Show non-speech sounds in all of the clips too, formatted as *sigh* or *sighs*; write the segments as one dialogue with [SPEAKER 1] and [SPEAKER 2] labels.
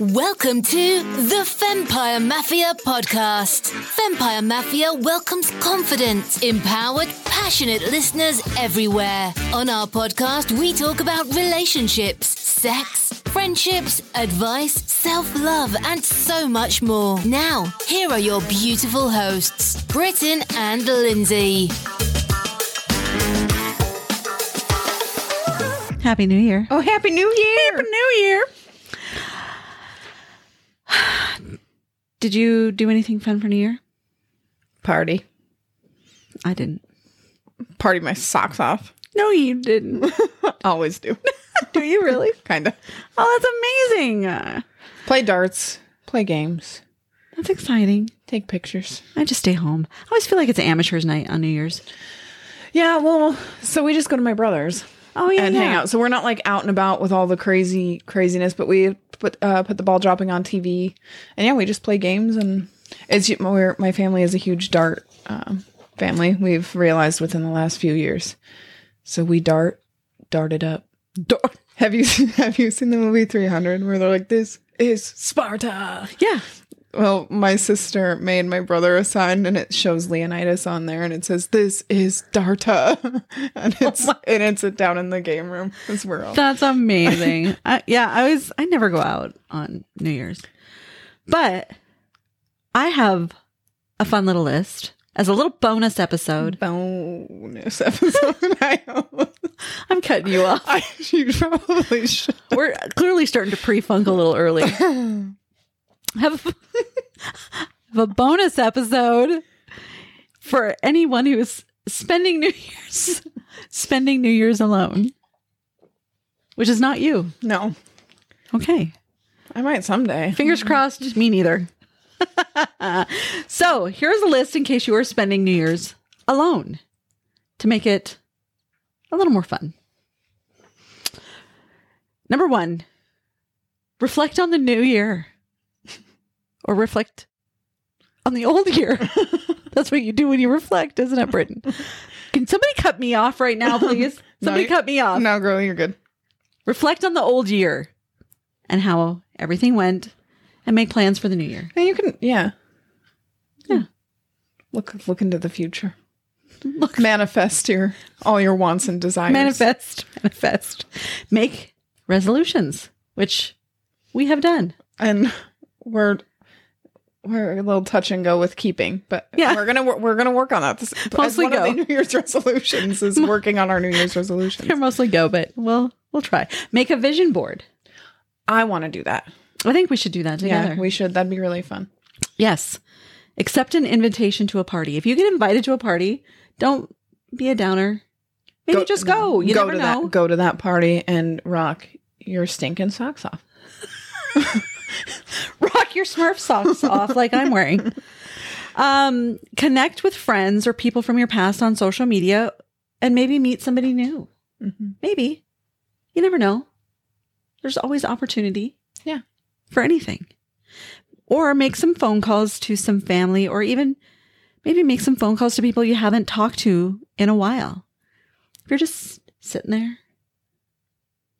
[SPEAKER 1] Welcome to the Fempire Mafia podcast. Fempire Mafia welcomes confident, empowered, passionate listeners everywhere. On our podcast, we talk about relationships, sex, friendships, advice, self love, and so much more. Now, here are your beautiful hosts, Britton and Lindsay.
[SPEAKER 2] Happy New Year.
[SPEAKER 3] Oh, happy new year!
[SPEAKER 2] New Year. *sighs* Did you do anything fun for New Year?
[SPEAKER 3] Party,
[SPEAKER 2] I didn't.
[SPEAKER 3] party my socks off. *laughs*
[SPEAKER 2] No, you didn't. *laughs*
[SPEAKER 3] Always do, *laughs*
[SPEAKER 2] do you really?
[SPEAKER 3] kind of.
[SPEAKER 2] Oh, that's amazing. Uh,
[SPEAKER 3] Play darts, play games,
[SPEAKER 2] that's exciting.
[SPEAKER 3] take pictures.
[SPEAKER 2] I just stay home. I always feel like it's an amateur's night on New Year's.
[SPEAKER 3] Yeah, well, so we just go to my brother's
[SPEAKER 2] Oh yeah,
[SPEAKER 3] and
[SPEAKER 2] yeah.
[SPEAKER 3] hang out. So we're not like out and about with all the crazy craziness, but we put uh, put the ball dropping on TV, and yeah, we just play games. And it's we're, my family is a huge dart um, family. We've realized within the last few years, so we dart darted up. Dart. Have you *laughs* seen, have you seen the movie Three Hundred where they're like this is Sparta?
[SPEAKER 2] Yeah.
[SPEAKER 3] Well, my sister made my brother a sign, and it shows Leonidas on there, and it says, "This is Darta," *laughs* and it's
[SPEAKER 2] Oh
[SPEAKER 3] and it's down in the game room. It's we're all
[SPEAKER 2] That's *laughs* amazing. I, yeah, I always I never go out on New Year's, but I have a fun little list as a little bonus episode.
[SPEAKER 3] bonus episode. *laughs* I, almost-
[SPEAKER 2] I'm cutting you off.
[SPEAKER 3] I you probably should.
[SPEAKER 2] We're clearly starting to pre-funk a little early. I have, a- *laughs* I have a bonus episode for anyone who is spending New Year's *laughs* spending New Year's alone, which is not you.
[SPEAKER 3] No,
[SPEAKER 2] Okay,
[SPEAKER 3] I might someday.
[SPEAKER 2] fingers crossed. Me neither. so here's a list in case you are spending New Year's alone to make it a little more fun. Number one, reflect on the new year *laughs* or reflect on the old year. That's what you do when you reflect, isn't it, Britton? Can somebody cut me off right now, please?
[SPEAKER 3] No,
[SPEAKER 2] Somebody
[SPEAKER 3] you-
[SPEAKER 2] cut me off
[SPEAKER 3] No, girl, you're good.
[SPEAKER 2] reflect on the old year and how everything went and make plans for the new year.
[SPEAKER 3] Yeah, you can. Yeah,
[SPEAKER 2] Yeah.
[SPEAKER 3] Look look into the future.
[SPEAKER 2] Look,
[SPEAKER 3] Manifest your all your wants and desires.
[SPEAKER 2] manifest, manifest. Make resolutions, which we have done.
[SPEAKER 3] and we're we're a little touch and go with keeping, but
[SPEAKER 2] Yeah.
[SPEAKER 3] we're gonna wor- we're gonna work on that. This, as
[SPEAKER 2] Mostly
[SPEAKER 3] one
[SPEAKER 2] go.
[SPEAKER 3] of the New Year's *laughs* resolutions is working on our New Year's resolutions.
[SPEAKER 2] They're mostly go, but we'll we'll try. Make a vision board.
[SPEAKER 3] I want to do that.
[SPEAKER 2] I think we should do that together.
[SPEAKER 3] Yeah, we should. That'd be really fun.
[SPEAKER 2] yes. Accept an invitation to a party. If you get invited to a party, don't be a downer. Maybe just go. You
[SPEAKER 3] go
[SPEAKER 2] never
[SPEAKER 3] to
[SPEAKER 2] know.
[SPEAKER 3] that. Go to that party and rock your stinking socks off.
[SPEAKER 2] *laughs* rock your Smurf socks off like I'm wearing. Um, connect with friends or people from your past on social media and maybe meet somebody new.
[SPEAKER 3] Mhm.
[SPEAKER 2] Maybe. You never know. There's always opportunity.
[SPEAKER 3] Yeah.
[SPEAKER 2] For anything. Or make some phone calls to some family or even maybe make some phone calls to people you haven't talked to in a while. If you're just sitting there,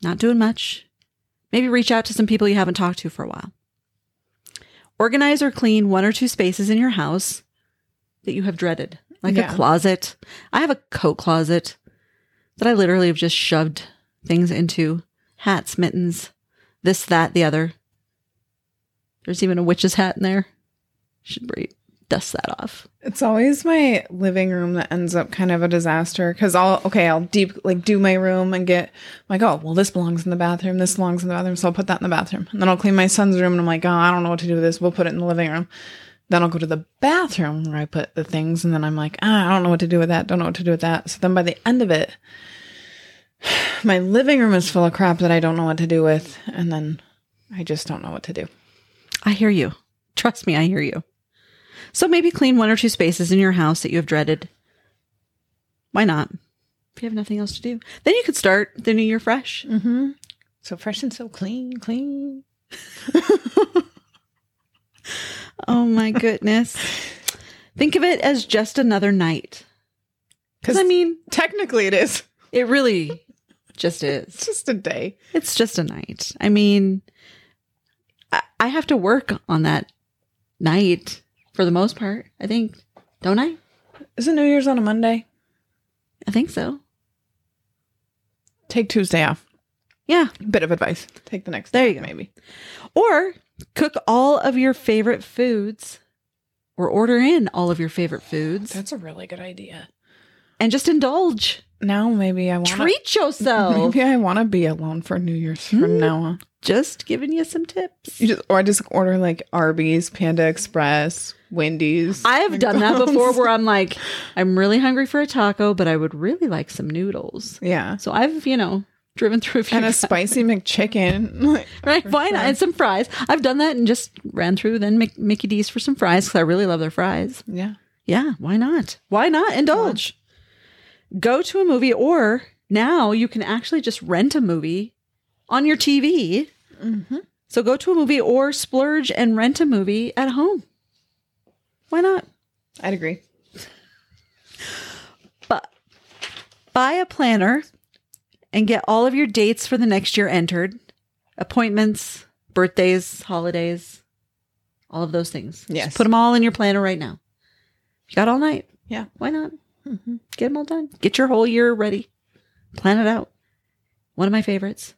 [SPEAKER 2] not doing much, maybe reach out to some people you haven't talked to for a while. Organize or clean one or two spaces in your house that you have dreaded, like
[SPEAKER 3] Yeah.
[SPEAKER 2] a closet. I have a coat closet that I literally have just shoved things into hats, mittens, this, that, the other. There's even a witch's hat in there. Should re- dust that off.
[SPEAKER 3] It's always my living room that ends up kind of a disaster because I'll okay I'll deep like do my room and get I'm like oh well this belongs in the bathroom this belongs in the bathroom so I'll put that in the bathroom and then I'll clean my son's room and I'm like oh I don't know what to do with this we'll put it in the living room then I'll go to the bathroom where I put the things and then I'm like ah, I don't know what to do with that don't know what to do with that so then by the end of it *sighs* my living room is full of crap that I don't know what to do with and then I just don't know what to do
[SPEAKER 2] I hear you. Trust me, I hear you. So maybe clean one or two spaces in your house that you have dreaded. Why not? If you have nothing else to do, then you could start the new year fresh.
[SPEAKER 3] mm-hmm. so fresh and so clean clean
[SPEAKER 2] Oh my *laughs* goodness. Think of it as just another night. Because I mean,
[SPEAKER 3] technically it is. *laughs*
[SPEAKER 2] it really just is.
[SPEAKER 3] It's just a day.
[SPEAKER 2] It's just a night. I mean, I- I have to work on that night for the most part. I think, don't I?
[SPEAKER 3] Isn't New Year's on a Monday?
[SPEAKER 2] I think so.
[SPEAKER 3] Take Tuesday off.
[SPEAKER 2] Yeah.
[SPEAKER 3] Bit of advice. Take the next
[SPEAKER 2] There
[SPEAKER 3] day
[SPEAKER 2] you
[SPEAKER 3] off,
[SPEAKER 2] go.
[SPEAKER 3] maybe.
[SPEAKER 2] Or cook all of your favorite foods or order in all of your favorite foods
[SPEAKER 3] That's a really good idea.
[SPEAKER 2] and just indulge.
[SPEAKER 3] Now maybe I want *laughs*
[SPEAKER 2] Treat yourself.
[SPEAKER 3] Maybe I want to be alone for New Year's from
[SPEAKER 2] Hmm.
[SPEAKER 3] now on.
[SPEAKER 2] just giving you some tips.
[SPEAKER 3] You just, or I just order like Arby's, Panda Express, Wendy's.
[SPEAKER 2] I have done that before
[SPEAKER 3] McDonald's.
[SPEAKER 2] where I'm like, I'm really hungry for a taco, but I would really like some noodles.
[SPEAKER 3] yeah,
[SPEAKER 2] So I've, you know, driven through a few
[SPEAKER 3] and a
[SPEAKER 2] times,
[SPEAKER 3] spicy McChicken.
[SPEAKER 2] *laughs*
[SPEAKER 3] *laughs*
[SPEAKER 2] right? Why
[SPEAKER 3] sure.
[SPEAKER 2] not? And some fries. I've done that and just ran through then Mic- Mickey D's for some fries because I really love their fries.
[SPEAKER 3] yeah,
[SPEAKER 2] Yeah, why not? Why not indulge? Go to a movie, or now you can actually just rent a movie on your TV.
[SPEAKER 3] mm-hmm.
[SPEAKER 2] So go to a movie or splurge and rent a movie at home. Why not?
[SPEAKER 3] I'd agree.
[SPEAKER 2] But buy a planner and get all of your dates for the next year entered appointments, birthdays, holidays, all of those things.
[SPEAKER 3] Yes.
[SPEAKER 2] Just put them all in your planner right now. You got all night.
[SPEAKER 3] Yeah.
[SPEAKER 2] Why not?
[SPEAKER 3] Mhm.
[SPEAKER 2] Get them all done. Get your whole year ready. Plan it out. One of my favorites.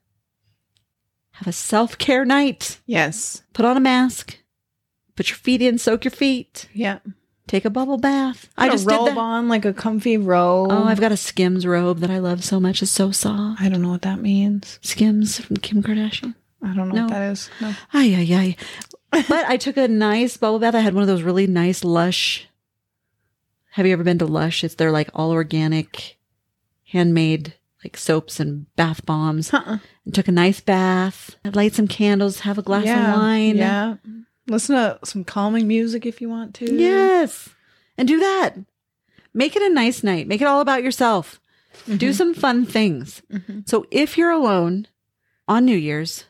[SPEAKER 2] Have a self care night.
[SPEAKER 3] Yes.
[SPEAKER 2] Put on a mask. Put your feet in. Soak your feet.
[SPEAKER 3] Yeah.
[SPEAKER 2] Take a bubble bath. I
[SPEAKER 3] Put
[SPEAKER 2] just
[SPEAKER 3] a robe
[SPEAKER 2] did that.
[SPEAKER 3] on like a comfy robe.
[SPEAKER 2] Oh, I've got a Skims robe that I love so much. It's so soft.
[SPEAKER 3] I don't know what that means.
[SPEAKER 2] Skims from Kim Kardashian.
[SPEAKER 3] I don't know
[SPEAKER 2] No.
[SPEAKER 3] what that is. No.
[SPEAKER 2] Ay, ay, ay. But I took a nice bubble bath. I had one of those really nice Lush. Have you ever been to Lush? It's they're like all organic, handmade like soaps and bath bombs.
[SPEAKER 3] Uh-uh.
[SPEAKER 2] And took a nice bath. I'd light some candles, have a glass
[SPEAKER 3] yeah.
[SPEAKER 2] of wine.
[SPEAKER 3] Yeah. Listen to some calming music if you want to.
[SPEAKER 2] Yes. And do that. Make it a nice night. Make it all about yourself. Do
[SPEAKER 3] Mm-hmm.
[SPEAKER 2] some fun things.
[SPEAKER 3] Mhm.
[SPEAKER 2] So if you're alone on New Year's,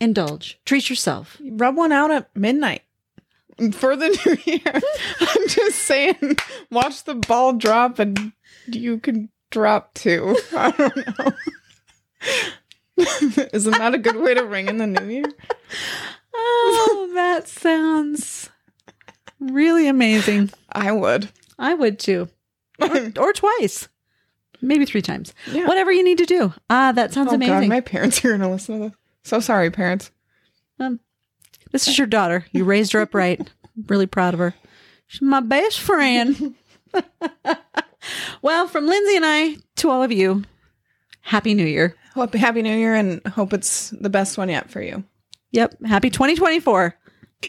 [SPEAKER 2] indulge, treat yourself.
[SPEAKER 3] Rub one out at midnight for the *laughs* new year. I'm just saying, watch the ball drop and you can drop too. *laughs* I don't know. Isn't that a good way to ring in the new year?
[SPEAKER 2] *laughs* Oh, that sounds really amazing.
[SPEAKER 3] I would.
[SPEAKER 2] I would too,
[SPEAKER 3] *laughs*
[SPEAKER 2] or twice, maybe three times.
[SPEAKER 3] Yeah.
[SPEAKER 2] Whatever you need to do. Ah, that sounds
[SPEAKER 3] oh
[SPEAKER 2] amazing.
[SPEAKER 3] God, my parents are gonna listen to this. So sorry, parents.
[SPEAKER 2] this is your daughter. You raised her upright. *laughs* I'm really proud of her. She's my best friend. *laughs* well, from Lindsay and I to all of you, Happy New Year.
[SPEAKER 3] Hope happy New Year and hope it's the best one yet for you.
[SPEAKER 2] Yep. Happy 2024.